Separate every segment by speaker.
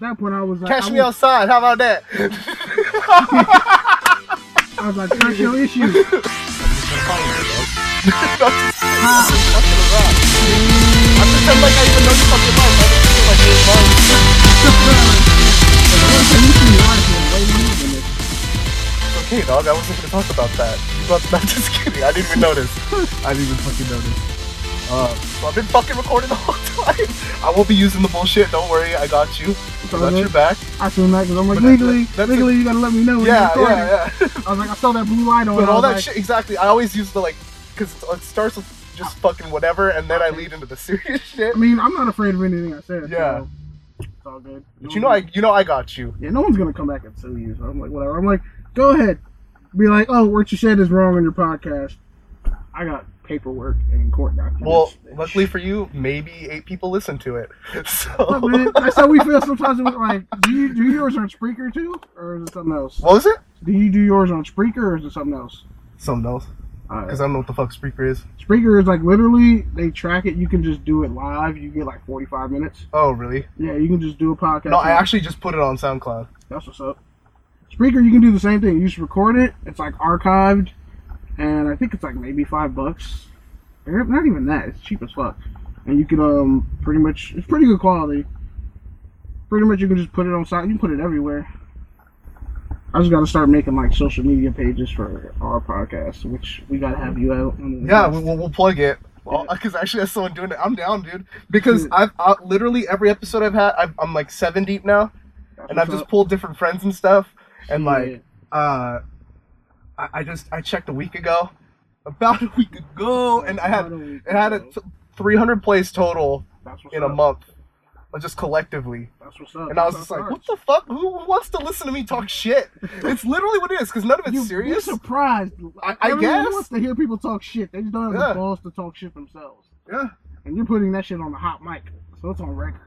Speaker 1: that point, I was like,
Speaker 2: Catch
Speaker 1: I
Speaker 2: me
Speaker 1: was,
Speaker 2: outside. How about that?
Speaker 1: I was like, that's your issue.
Speaker 2: I pretend like I even know you fucking life. I just feel like it's mine. It's okay, dog. I wasn't gonna talk about that. You brought I'm just kidding. I didn't even notice. I didn't even fucking notice. Uh, so I've been fucking recording the whole time. I won't be using the bullshit. Don't worry. I got you. I got your back.
Speaker 1: I feel mad because I'm like,
Speaker 2: But that's-
Speaker 1: legally,
Speaker 2: that's it.
Speaker 1: legally, you gotta let me know. when you're
Speaker 2: Yeah,
Speaker 1: recording.
Speaker 2: yeah, yeah.
Speaker 1: I was like, I saw that blue light on.
Speaker 2: But
Speaker 1: I
Speaker 2: all
Speaker 1: was
Speaker 2: that
Speaker 1: like,
Speaker 2: shit, exactly. I always use the like, because it starts with just fucking whatever, and then I lead into the serious shit.
Speaker 1: I mean, I'm not afraid of anything I said.
Speaker 2: Yeah.
Speaker 1: so it's all good.
Speaker 2: But you know, I you know I got you.
Speaker 1: yeah, no one's gonna come back and sue you. So I'm like, whatever. I'm like, go ahead, be like, oh, what you said is wrong on your podcast. I got paperwork and court documents.
Speaker 2: Well,
Speaker 1: bitch.
Speaker 2: luckily for you, maybe eight people listen to it.
Speaker 1: Look,
Speaker 2: So
Speaker 1: man, that's how we feel sometimes. We're like, do you do yours on Spreaker too, or is it something else?
Speaker 2: what was it?
Speaker 1: Do you do yours on Spreaker, or is it something else?
Speaker 2: Something else,
Speaker 1: Alright.
Speaker 2: because I don't know what the fuck Spreaker is.
Speaker 1: Spreaker is like literally they track it. You can just do it live. You get like 45 minutes.
Speaker 2: Oh, really?
Speaker 1: Yeah, you can just do a podcast.
Speaker 2: No, I
Speaker 1: and-
Speaker 2: actually just put it on SoundCloud.
Speaker 1: That's what's up. Spreaker, you can do the same thing. You just record it. It's like archived, and I think it's like maybe five bucks. Or Not even that. It's cheap as fuck. And you can um pretty much it's pretty good quality. Pretty much you can just put it on site. You can put it everywhere. I just gotta start making like social media pages for our podcast, which we gotta have you out. On the
Speaker 2: Yeah, we,
Speaker 1: list.
Speaker 2: we'll, we'll plug it.
Speaker 1: Yeah.
Speaker 2: Because actually, that's someone doing it. I'm down, dude. Because
Speaker 1: Dude.
Speaker 2: I've I, literally every episode I've had, I've, I'm like seven deep now,
Speaker 1: That's
Speaker 2: and I've
Speaker 1: what's
Speaker 2: just
Speaker 1: up.
Speaker 2: pulled different friends and stuff, and like.
Speaker 1: Yeah.
Speaker 2: uh, I, I just I checked a week ago, about a week ago, and I had
Speaker 1: Totally.
Speaker 2: it had a t- 300 plays total
Speaker 1: That's what's
Speaker 2: in a
Speaker 1: up.
Speaker 2: month, uh, just collectively.
Speaker 1: That's what's up.
Speaker 2: And I was
Speaker 1: That's
Speaker 2: just like,
Speaker 1: alright.
Speaker 2: what the fuck? Who wants to listen to me talk shit? It's literally what it is, because none of it's
Speaker 1: You-
Speaker 2: serious.
Speaker 1: You're surprised.
Speaker 2: I- I
Speaker 1: Everyone
Speaker 2: guess.
Speaker 1: wants to hear people talk shit. They just don't have
Speaker 2: Yeah.
Speaker 1: the balls to talk shit themselves.
Speaker 2: Yeah,
Speaker 1: And you're putting that shit on the hot mic, so it's on record.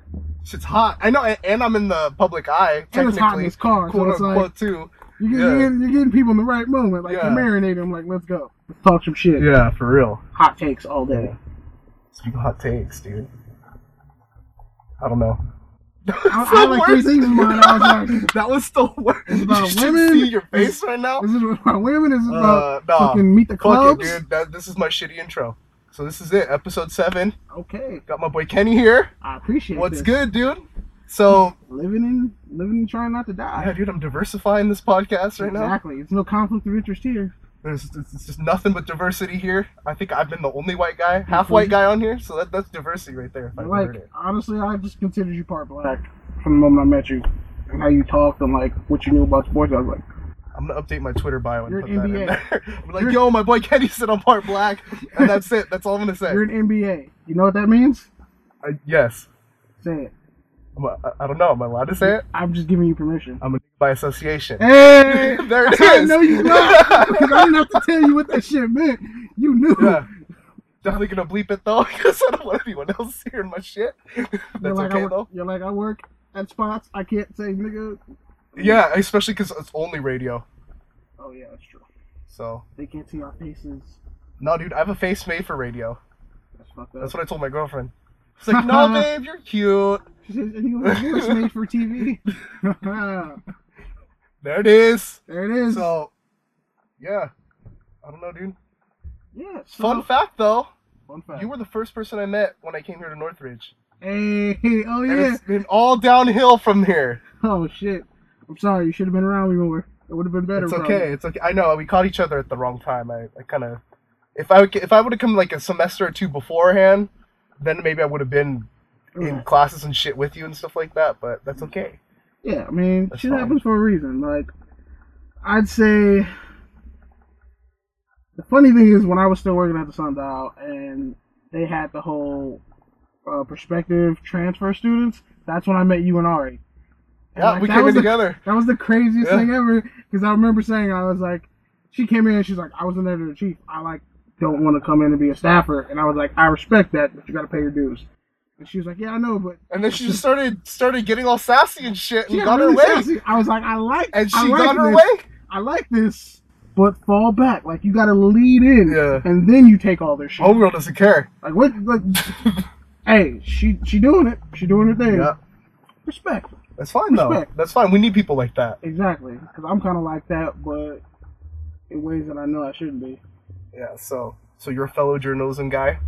Speaker 2: shit's hot. I know, and, and I'm in the public eye
Speaker 1: And it's hot in
Speaker 2: technically,
Speaker 1: this car, so
Speaker 2: quote
Speaker 1: it's like
Speaker 2: unquote, too.
Speaker 1: you get,
Speaker 2: yeah.
Speaker 1: you're, getting, you're getting people in the right moment. Like
Speaker 2: Yeah.
Speaker 1: you're marinating them. Like let's go, let's talk some shit.
Speaker 2: Yeah, for real.
Speaker 1: Hot takes all day.
Speaker 2: Speaking of hot takes, dude. I don't know.
Speaker 1: I, I had, like three things in mind. I was like,
Speaker 2: that was the worst.
Speaker 1: It's about
Speaker 2: you should
Speaker 1: women.
Speaker 2: See your face right now.
Speaker 1: is this about women? Is this about
Speaker 2: Uh, nah.
Speaker 1: fucking meet the
Speaker 2: Fuck it,
Speaker 1: clubs?
Speaker 2: dude. That, this is my shitty intro. So this is it, episode seven.
Speaker 1: Okay,
Speaker 2: Got my boy Kenny here.
Speaker 1: I appreciate
Speaker 2: What's
Speaker 1: this.
Speaker 2: good, dude? So
Speaker 1: Living in, living and trying not to die.
Speaker 2: yeah, dude, I'm diversifying this podcast right now.
Speaker 1: exactly. It's no conflict of interest here.
Speaker 2: There's it's, it's just nothing but diversity here. I think I've been the only white guy, half white guy on here. So that, that's diversity right there. If I heard
Speaker 1: Like
Speaker 2: it.
Speaker 1: honestly, I just considered you part black from the moment I met you, and how you talked and like what you knew about sports. I was like,
Speaker 2: I'm gonna update my Twitter bio and
Speaker 1: You're
Speaker 2: put
Speaker 1: an
Speaker 2: that in
Speaker 1: NBA.
Speaker 2: there. I'm like,
Speaker 1: You're-
Speaker 2: yo, my boy Kenny said I'm part black, and that's it. That's all I'm gonna say.
Speaker 1: you're an NBA. You know what that means?
Speaker 2: I, yes.
Speaker 1: Say it.
Speaker 2: I'm a, I, am I do not know. Am I allowed to say it?
Speaker 1: I'm just giving you permission.
Speaker 2: I'm a nigga by association.
Speaker 1: Hey,
Speaker 2: There it
Speaker 1: I
Speaker 2: is.
Speaker 1: know you not. 'cause I didn't have to tell you what that shit meant. You knew.
Speaker 2: Yeah. Definitely gonna bleep it though, because I don't want anyone else hearing my shit.
Speaker 1: You're
Speaker 2: That's
Speaker 1: like, I
Speaker 2: okay
Speaker 1: work,
Speaker 2: though.
Speaker 1: You're like I work at spots. I can't say nigga.
Speaker 2: Yeah, especially because it's only radio.
Speaker 1: Oh yeah, that's true.
Speaker 2: So,
Speaker 1: They can't see our faces.
Speaker 2: no, dude, I have a face made for radio.
Speaker 1: That's fucked up.
Speaker 2: That's what I told my girlfriend. It's like, no, babe, you're cute.
Speaker 1: She says, and you have a voice made for TV.
Speaker 2: There it is.
Speaker 1: there it is.
Speaker 2: So, yeah. I don't know, dude.
Speaker 1: yeah. So,
Speaker 2: Fun fact though,
Speaker 1: fun fact.
Speaker 2: you were the first person I met when I came here to Northridge.
Speaker 1: Hey, oh
Speaker 2: And
Speaker 1: yeah.
Speaker 2: it's been all downhill from here.
Speaker 1: Oh shit. I'm sorry. You should have been around me more. It would have been better.
Speaker 2: It's
Speaker 1: probably.
Speaker 2: okay. It's okay. I know we caught each other at the wrong time. I, I kind of, if I would, if I would have come like a semester or two beforehand, then maybe I would have been in
Speaker 1: Right.
Speaker 2: classes and shit with you and stuff like that. But that's okay.
Speaker 1: Yeah, I mean,
Speaker 2: That's
Speaker 1: shit
Speaker 2: fine.
Speaker 1: happens for a reason. Like, I'd say the funny thing is when I was still working at the Sundial and they had the whole uh, prospective transfer students. That's when I met you and Ari. And,
Speaker 2: Yeah,
Speaker 1: like,
Speaker 2: we
Speaker 1: that
Speaker 2: came in
Speaker 1: was the-
Speaker 2: together.
Speaker 1: That was the craziest
Speaker 2: Yeah.
Speaker 1: thing ever because I remember saying I was like, she came in and she's like, I was an editor in chief. I like don't want to come in and be a staffer, and I was like, I respect that, but you got to pay your dues. And she was like, Yeah, I know, but
Speaker 2: And then she just started started getting all sassy and shit and
Speaker 1: she
Speaker 2: got
Speaker 1: really
Speaker 2: her way.
Speaker 1: sassy. I was like, I like,
Speaker 2: And she
Speaker 1: I like
Speaker 2: got her
Speaker 1: this.
Speaker 2: way.
Speaker 1: I like this, but fall back. Like you got to lead in,
Speaker 2: Yeah. Oh.
Speaker 1: and then you take all their shit.
Speaker 2: Homegirl doesn't care.
Speaker 1: Like what? Like, hey, she she doing it. She doing her thing.
Speaker 2: Yeah.
Speaker 1: Respect.
Speaker 2: That's fine though.
Speaker 1: Respect.
Speaker 2: That's fine. We need people like that.
Speaker 1: Exactly, because I'm kind of like that, but in ways that I know I shouldn't be.
Speaker 2: Yeah. So so you're a fellow journalism guy.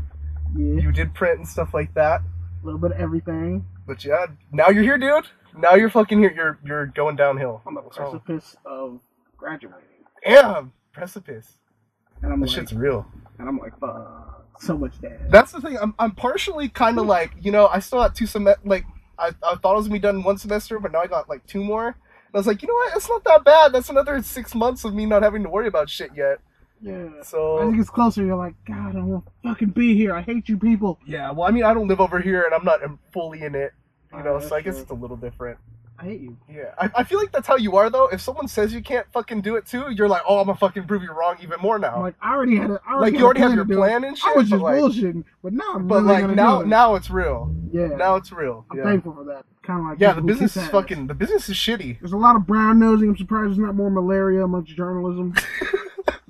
Speaker 1: Yeah,
Speaker 2: You did print and stuff like that.
Speaker 1: a little bit of everything.
Speaker 2: But yeah, now you're here, dude. Now you're fucking here. You're you're going downhill.
Speaker 1: I'm on the
Speaker 2: What's wrong?
Speaker 1: precipice of graduating,
Speaker 2: Yeah, precipice.
Speaker 1: and I'm
Speaker 2: That
Speaker 1: like,
Speaker 2: shit's real.
Speaker 1: and I'm like, fuck, so much dead.
Speaker 2: That's the thing. I'm, I'm partially kind of
Speaker 1: Hmm.
Speaker 2: like, you know, I still got two semester. Like, I, I thought I was gonna be done one semester, but now I got like two more. And I was like, you know what? It's not that bad. That's another six months of me not having to worry about shit yet.
Speaker 1: yeah. As
Speaker 2: So
Speaker 1: it gets closer, you're like, God, I don't want to fucking be here. I hate you people.
Speaker 2: yeah. Well, I mean, I don't live over here, and I'm not um, fully in it. You
Speaker 1: Uh,
Speaker 2: know,
Speaker 1: that's
Speaker 2: so I guess
Speaker 1: true.
Speaker 2: it's a little different.
Speaker 1: I hate you.
Speaker 2: Yeah, I, I feel like that's how you are though. If someone says you can't fucking do it too, you're like, oh, I'm gonna fucking prove you wrong even more now.
Speaker 1: I'm like, I already had it.
Speaker 2: like you already have your plan and shit.
Speaker 1: I was
Speaker 2: but,
Speaker 1: just
Speaker 2: like,
Speaker 1: bullshitting, but now I'm
Speaker 2: but
Speaker 1: really
Speaker 2: like
Speaker 1: gonna
Speaker 2: now,
Speaker 1: do it.
Speaker 2: now it's real.
Speaker 1: yeah,
Speaker 2: Now it's real.
Speaker 1: I'm
Speaker 2: Yeah.
Speaker 1: thankful for that. Kind of like
Speaker 2: Yeah,
Speaker 1: people
Speaker 2: the
Speaker 1: who
Speaker 2: business
Speaker 1: kiss
Speaker 2: is
Speaker 1: ass.
Speaker 2: fucking. The business is shitty.
Speaker 1: There's a lot of brown nosing. I'm surprised there's not more malaria amongst journalism.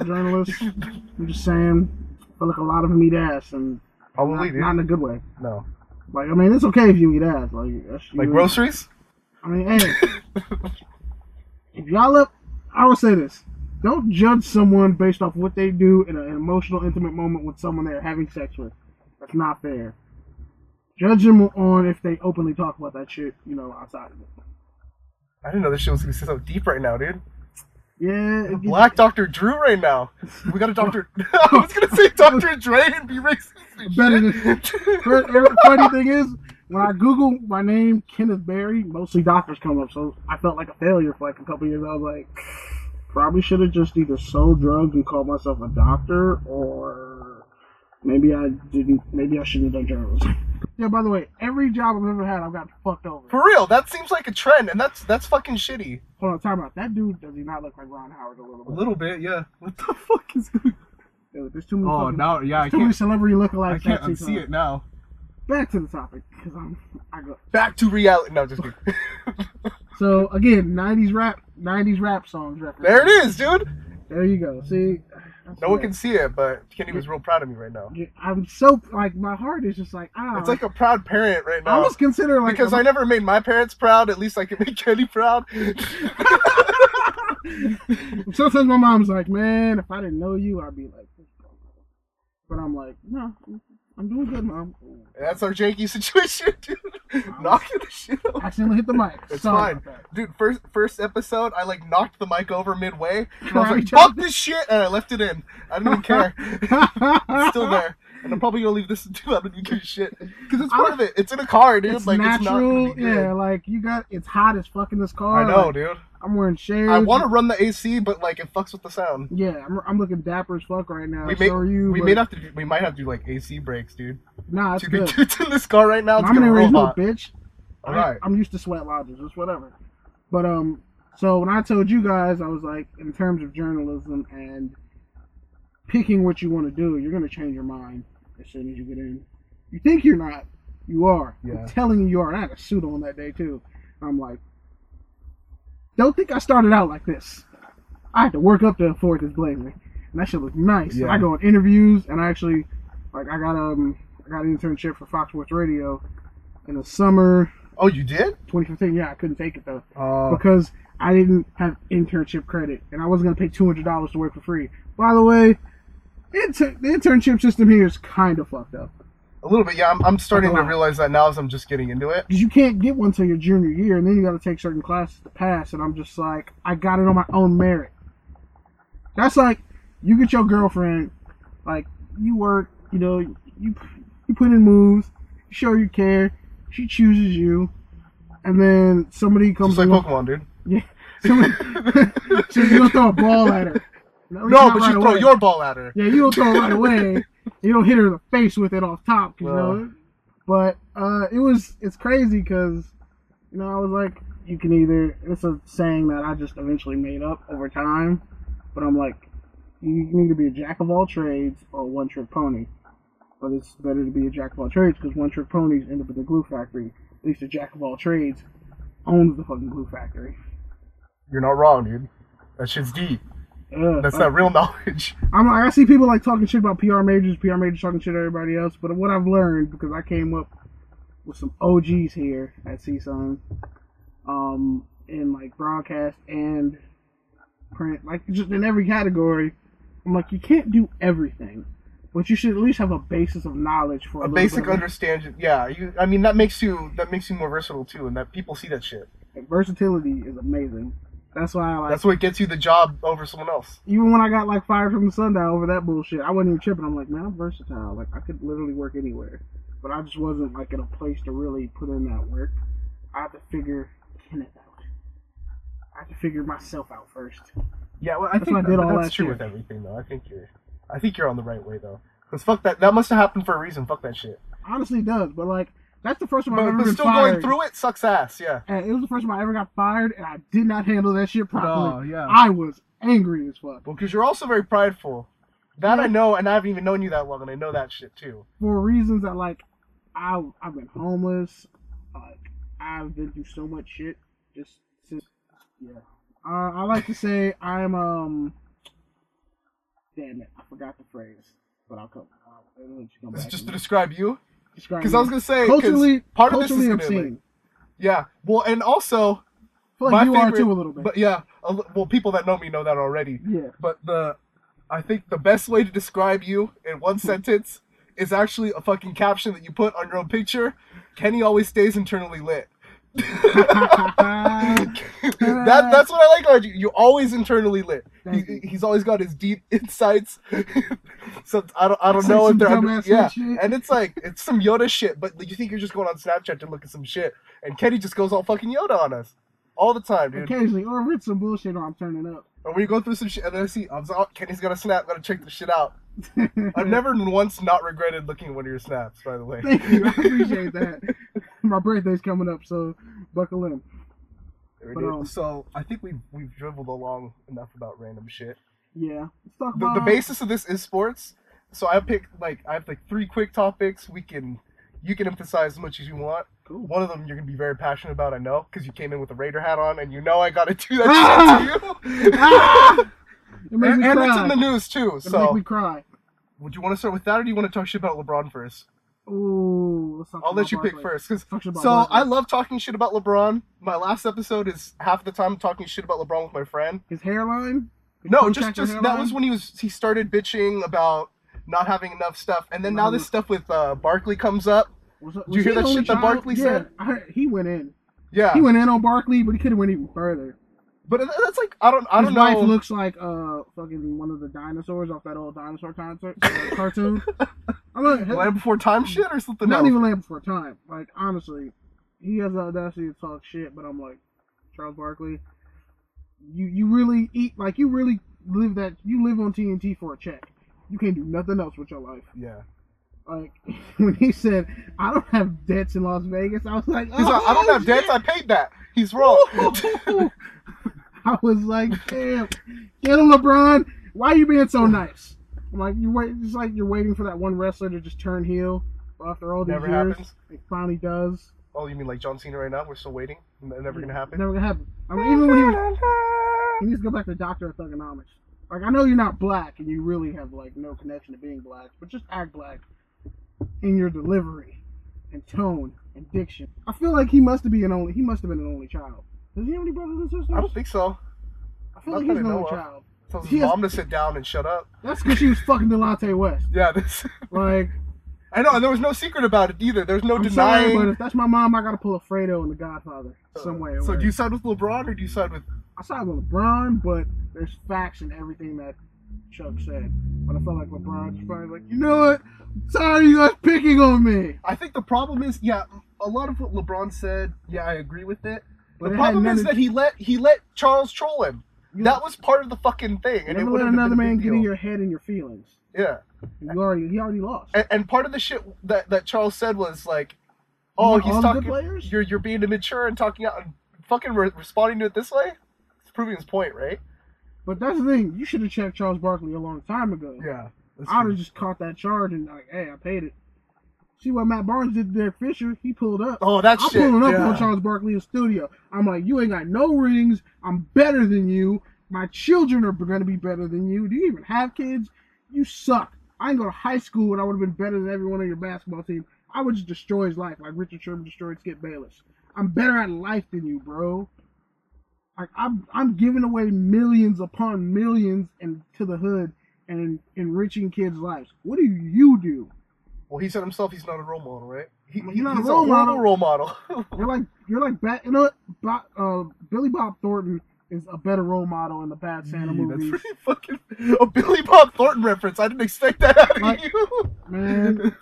Speaker 1: Journalists, I'm just saying, I feel like a lot of them eat ass, and not,
Speaker 2: Probably, dude.
Speaker 1: not in a good way.
Speaker 2: No.
Speaker 1: Like, I mean, it's okay if you eat ass. Like, that's
Speaker 2: Like
Speaker 1: you-
Speaker 2: groceries?
Speaker 1: I mean, hey, if y'all up, I would say this: don't judge someone based off what they do in an emotional, intimate moment with someone they're having sex with. That's not fair. Judge them on if they openly talk about that shit, you know, outside of it.
Speaker 2: I didn't know this shit was gonna be so deep right now, dude.
Speaker 1: Yeah, it gets-
Speaker 2: Black Dr. Drew right now. We got a Dr. I was gonna say Dr. Dre and be racist. and
Speaker 1: Better than-
Speaker 2: shit.
Speaker 1: Fun- er, funny thing is, when I Google my name, Kenneth Barry, mostly doctors come up, so I felt like a failure for like a couple years. I was like, probably should have just either sold drugs and called myself a doctor, or maybe I didn't. Maybe I shouldn't have done journalism. Yeah. By the way, every job I've ever had, I've gotten fucked over.
Speaker 2: For real, that seems like a trend, and that's that's fucking shitty.
Speaker 1: Hold on, time out. That dude does he not look like Ron Howard a little bit?
Speaker 2: bit, yeah. What the fuck is going?
Speaker 1: Dude, there's too many.
Speaker 2: Oh,
Speaker 1: fucking-
Speaker 2: yeah,
Speaker 1: there's too many celebrity lookalikes. that keep on.
Speaker 2: now.
Speaker 1: Back to the topic, because I'm. I go.
Speaker 2: Back to reality. No, just kidding.
Speaker 1: So again, '90s rap, '90s rap songs.
Speaker 2: there it is, dude.
Speaker 1: There you go. See,
Speaker 2: No one can see it, but Kenny was real proud of me right now.
Speaker 1: I'm so like my heart is just like ah.
Speaker 2: It's like a proud parent right
Speaker 1: I
Speaker 2: now.
Speaker 1: almost consider like
Speaker 2: because
Speaker 1: a-
Speaker 2: I never made my parents proud. At least I can make Kenny proud.
Speaker 1: sometimes my mom's like, man, if I didn't know you, I'd be like. this. But I'm like, no, I'm doing good, mom.
Speaker 2: That's our janky situation, dude. Knocking the shit out.
Speaker 1: Accidentally hit the mic.
Speaker 2: It's
Speaker 1: Sorry
Speaker 2: fine.
Speaker 1: about that.
Speaker 2: Dude, first first episode, I like knocked the mic over midway. And I was
Speaker 1: Karate
Speaker 2: like,
Speaker 1: chop.
Speaker 2: fuck this shit, and I left it in. I didn't even care. it's still there, and I'm probably gonna leave this too. I don't even give a shit because it's part of it. It's in a car, dude.
Speaker 1: It's
Speaker 2: like
Speaker 1: natural,
Speaker 2: it's not. gonna be
Speaker 1: yeah.
Speaker 2: good.
Speaker 1: Like you got, it's hot as fuck in this car.
Speaker 2: I know,
Speaker 1: like,
Speaker 2: dude.
Speaker 1: I'm wearing shades.
Speaker 2: I want to run the AC, but like it fucks with the sound.
Speaker 1: Yeah, I'm, I'm looking dapper as fuck right now.
Speaker 2: We
Speaker 1: so
Speaker 2: may,
Speaker 1: are you?
Speaker 2: we
Speaker 1: but-
Speaker 2: may have to. do- We might have to do like AC breaks, dude.
Speaker 1: Nah, it's
Speaker 2: Two big
Speaker 1: good.
Speaker 2: dudes in this car right now. It's
Speaker 1: I'm an
Speaker 2: gonna roll
Speaker 1: original
Speaker 2: hot.
Speaker 1: bitch.
Speaker 2: All right.
Speaker 1: I, am used to sweat lodges, it's whatever. But um, so when I told you guys, I was like, in terms of journalism and picking what you want to do, you're gonna change your mind as soon as you get in. You think you're not, you are.
Speaker 2: Yeah.
Speaker 1: I'm telling you, you are. And I had a suit on that day too. I'm like, don't think I started out like this. I had to work up to afford this blazer, and that shit looked nice. And I
Speaker 2: Yeah.
Speaker 1: go on interviews, and I actually, like, I got um, I got an internship for Fox Sports Radio in the summer
Speaker 2: Oh, you did?
Speaker 1: 2015. Yeah, I couldn't take it though
Speaker 2: Oh,
Speaker 1: because I didn't have internship credit, and I wasn't gonna pay two hundred dollars to work for free. By the way, inter- the internship system here is kind of fucked up
Speaker 2: a little bit. Yeah, I'm, I'm starting to
Speaker 1: Like a lot.
Speaker 2: realize that now as I'm just getting into it.
Speaker 1: because you can't get one till your junior year, and then you got to take certain classes to pass. And I'm just like, I got it on my own merit. That's like you get your girlfriend, like you work, you know, you you put in moves, you show you care, she chooses you, and then somebody comes
Speaker 2: Just like
Speaker 1: along-
Speaker 2: Pokemon, dude.
Speaker 1: Somebody, so you don't throw a ball at her. No,
Speaker 2: No, but you throw
Speaker 1: away.
Speaker 2: your ball at her.
Speaker 1: Yeah, you don't throw it right away. You don't hit her in the face with it off top, 'cause, you
Speaker 2: Well.
Speaker 1: know. But uh, it was it's crazy because you know I was like you can either it's a saying that I just eventually made up over time, but I'm like you need to be a jack of all trades or a one trick pony. But it's better to be a jack of all trades because one trick ponies end up in the glue factory. At least a jack of all trades owns the fucking glue factory.
Speaker 2: You're not wrong, dude. That shit's deep.
Speaker 1: Yeah,
Speaker 2: That's
Speaker 1: like-
Speaker 2: not real knowledge.
Speaker 1: I'm like, I see people like talking shit about PR majors, PR majors talking shit to everybody else. But what I've learned because I came up with some OGs here at CSUN, um, in like broadcast and print, like just in every category. I'm like, you can't do everything, but you should at least have a basis of knowledge for a,
Speaker 2: a
Speaker 1: little
Speaker 2: basic
Speaker 1: bit of
Speaker 2: understanding. Yeah, you. I mean, that makes you that makes you more versatile too, and that people see that shit.
Speaker 1: it. versatility is amazing. That's why I like.
Speaker 2: That's what gets you the job over someone else.
Speaker 1: even when I got like fired from the sundial over that bullshit, I wasn't even tripping. I'm like, man, I'm versatile. Like I could literally work anywhere, but I just wasn't like in a place to really put in that work. I had to figure Kenneth out. I had to figure myself out first.
Speaker 2: Yeah, well, I
Speaker 1: That's
Speaker 2: think
Speaker 1: what I did
Speaker 2: that-
Speaker 1: all
Speaker 2: that's
Speaker 1: last
Speaker 2: true
Speaker 1: year.
Speaker 2: with everything though. I think you're, I think you're on the right way though. Cause fuck that, that must have happened for a reason. Fuck that shit.
Speaker 1: Honestly, it does, but like that's the first time I've
Speaker 2: But,
Speaker 1: ever
Speaker 2: but
Speaker 1: been
Speaker 2: still
Speaker 1: fired.
Speaker 2: going through it sucks ass. Yeah.
Speaker 1: and it was the first time I ever got fired, and I did not handle that shit properly.
Speaker 2: Oh, yeah.
Speaker 1: I was angry as fuck
Speaker 2: Well, because you're also very prideful. That I
Speaker 1: Yeah.
Speaker 2: know, and I haven't even known you that long, and I know that shit too.
Speaker 1: for reasons that like I I've been homeless, like I've been through so much shit just since yeah. Uh, I like to say I'm um. Damn it, I forgot the phrase, but I'll come. I'll, it'll just come
Speaker 2: It's
Speaker 1: back
Speaker 2: just
Speaker 1: to
Speaker 2: to
Speaker 1: me.
Speaker 2: describe you.
Speaker 1: Describe
Speaker 2: Because I was
Speaker 1: me.
Speaker 2: gonna say 'cause
Speaker 1: culturally
Speaker 2: part of this is
Speaker 1: culturally
Speaker 2: gonna, like-
Speaker 1: obscene.
Speaker 2: yeah. Well, and also,
Speaker 1: I feel like you
Speaker 2: my
Speaker 1: are too
Speaker 2: favorite-
Speaker 1: a little bit.
Speaker 2: but yeah. a li- Well, people that know me know that already.
Speaker 1: yeah,
Speaker 2: But the, I think the best way to describe you in one sentence is actually a fucking caption that you put on your own picture. Kenny always stays internally lit. that that's what I like about you. You're always internally lit. He,
Speaker 1: Thank you.
Speaker 2: he's always got his deep insights. so I don't I don't
Speaker 1: It's
Speaker 2: know
Speaker 1: like some
Speaker 2: if they're under-
Speaker 1: dumbass
Speaker 2: yeah.
Speaker 1: shit.
Speaker 2: And it's like it's some Yoda shit, but you think you're just going on Snapchat to look at some shit, and Kenny just goes all fucking Yoda on us all the time, dude.
Speaker 1: occasionally, or with some bullshit, or I'm turning up.
Speaker 2: And we go through some shit, and then I see I'm so- oh, Kenny's got a snap, gotta check this shit out. I've never once not regretted looking at one of your snaps, by the way.
Speaker 1: Thank you, I appreciate that. My birthday's coming up, so buckle in.
Speaker 2: There it
Speaker 1: But,
Speaker 2: is.
Speaker 1: um,
Speaker 2: so I think we've we've dribbled along enough about random shit.
Speaker 1: Yeah. Let's talk
Speaker 2: the,
Speaker 1: about
Speaker 2: the basis of this is sports. So I pick like I have like three quick topics. We can you can emphasize as much as you want.
Speaker 1: Cool.
Speaker 2: One of them you're gonna be very passionate about, I know, because you came in with a Raider hat on, and you know I gotta do that shit to you.
Speaker 1: Ah! It made
Speaker 2: and
Speaker 1: me
Speaker 2: and
Speaker 1: cry.
Speaker 2: it's in the news too.
Speaker 1: It made
Speaker 2: So
Speaker 1: me cry.
Speaker 2: would you want to start with that, or do you want to talk shit about LeBron first?
Speaker 1: Ooh. let's talk
Speaker 2: I'll
Speaker 1: about
Speaker 2: let you pick
Speaker 1: Barkley.
Speaker 2: first, 'cause-
Speaker 1: Talk shit about
Speaker 2: so
Speaker 1: Barkley.
Speaker 2: I love talking shit about LeBron. My last episode is half the time talking shit about LeBron with my friend.
Speaker 1: His hairline. His
Speaker 2: No, just
Speaker 1: contractor
Speaker 2: just that
Speaker 1: hairline?
Speaker 2: was when he was he started bitching about not having enough stuff, and then now
Speaker 1: Uh-huh.
Speaker 2: this stuff with uh, Barkley comes up.
Speaker 1: Was that-
Speaker 2: Did you
Speaker 1: was
Speaker 2: hear
Speaker 1: he
Speaker 2: that
Speaker 1: the only
Speaker 2: shit that
Speaker 1: child?
Speaker 2: Barkley
Speaker 1: yeah,
Speaker 2: said?
Speaker 1: I heard, he went in.
Speaker 2: Yeah,
Speaker 1: He went in on Barkley, but he could have went even further.
Speaker 2: but th- that's like I don't I
Speaker 1: His
Speaker 2: don't know.
Speaker 1: wife looks like uh fucking one of the dinosaurs off that old dinosaur concert uh, cartoon. I'm like,
Speaker 2: Land before time shit or something.
Speaker 1: not
Speaker 2: else?
Speaker 1: even Land Before Time. Like honestly, he has the audacity to talk shit, but I'm like, Charles Barkley, you you really eat like you really live that you live on TNT for a check. You can't do nothing else with your life.
Speaker 2: Yeah,
Speaker 1: Like when he said, I don't have debts in Las Vegas, I was like,
Speaker 2: he's like, I don't
Speaker 1: "Oh,
Speaker 2: have debts. I paid that. He's wrong.
Speaker 1: shit." I was like, damn, get him, LeBron. Why you being so nice? I'm like, you wait, it's like you're waiting for that one wrestler to just turn heel after all these
Speaker 2: Never
Speaker 1: years.
Speaker 2: happens.
Speaker 1: It finally does.
Speaker 2: Oh, you mean like John Cena right now? We're still waiting. N- Never gonna happen.
Speaker 1: Never gonna happen. I mean, even when he, was- he needs to go back to Doctor of Thugonomics. Like I know you're not black and you really have like no connection to being black, but just act black in your delivery and tone and diction. I feel like he must be an only. He must have been an only child. Does he have any brothers and sisters?
Speaker 2: I don't think so.
Speaker 1: I feel
Speaker 2: not
Speaker 1: like
Speaker 2: that
Speaker 1: he's an
Speaker 2: I know
Speaker 1: only
Speaker 2: of.
Speaker 1: child.
Speaker 2: Tells his
Speaker 1: He has-
Speaker 2: mom to sit down and shut up.
Speaker 1: That's because she was fucking Delonte West.
Speaker 2: Yeah, this.
Speaker 1: Like
Speaker 2: I know, and there was no secret about it either. There's no
Speaker 1: I'm sorry,
Speaker 2: denying.
Speaker 1: but if that's my mom, I gotta pull a Fredo in The Godfather some way. or
Speaker 2: so
Speaker 1: way.
Speaker 2: do you side with LeBron or do you side with?
Speaker 1: I side with LeBron, but there's facts in everything that Chuck said. But I felt like LeBron was probably like, you know what? I'm tired of you guys picking on me.
Speaker 2: I think the problem is, yeah, a lot of what LeBron said, yeah, I agree with it.
Speaker 1: But
Speaker 2: the
Speaker 1: it had
Speaker 2: problem
Speaker 1: none
Speaker 2: is
Speaker 1: of-
Speaker 2: that he let he let Charles troll him.
Speaker 1: You
Speaker 2: That was part of the fucking thing, and it
Speaker 1: never
Speaker 2: would
Speaker 1: let
Speaker 2: have been
Speaker 1: another
Speaker 2: a big
Speaker 1: man get in
Speaker 2: deal.
Speaker 1: your head and your feelings.
Speaker 2: yeah.
Speaker 1: You already, he already lost.
Speaker 2: And, and part of the shit that, that Charles said was like,
Speaker 1: You
Speaker 2: "Oh,
Speaker 1: want
Speaker 2: he's
Speaker 1: all the good
Speaker 2: talking.
Speaker 1: players?
Speaker 2: You're you're being immature and talking out and fucking re- responding to it this way. It's proving his point, right?
Speaker 1: But that's the thing. You should have checked Charles Barkley a long time ago.
Speaker 2: Yeah.
Speaker 1: I would have just caught that charge and like, hey, I paid it. See what Matt Barnes did to Derek Fisher? He pulled up.
Speaker 2: Oh, that
Speaker 1: I'm
Speaker 2: shit.
Speaker 1: pulling up
Speaker 2: yeah.
Speaker 1: on Charles Barkley in studio. I'm like, you ain't got no rings. I'm better than you. My children are going to be better than you. Do you even have kids? You suck. I ain't go to high school and I would have been better than everyone on your basketball team. I would just destroy his life like Richard Sherman destroyed Skip Bayless. I'm better at life than you, bro. Like I'm I'm giving away millions upon millions and to the hood and enriching kids' lives. What do you do?
Speaker 2: Well, he said himself he's not a role model, right? He,
Speaker 1: He's not a
Speaker 2: he's
Speaker 1: role
Speaker 2: horrible
Speaker 1: model.
Speaker 2: Role model.
Speaker 1: You're like you're like bat. You know what? Bo- uh, Billy Bob Thornton is a better role model in the Bad Santa
Speaker 2: Yeah,
Speaker 1: movies.
Speaker 2: That's pretty fucking a Billy Bob Thornton reference. I didn't expect that out of
Speaker 1: Like-
Speaker 2: you.
Speaker 1: Man,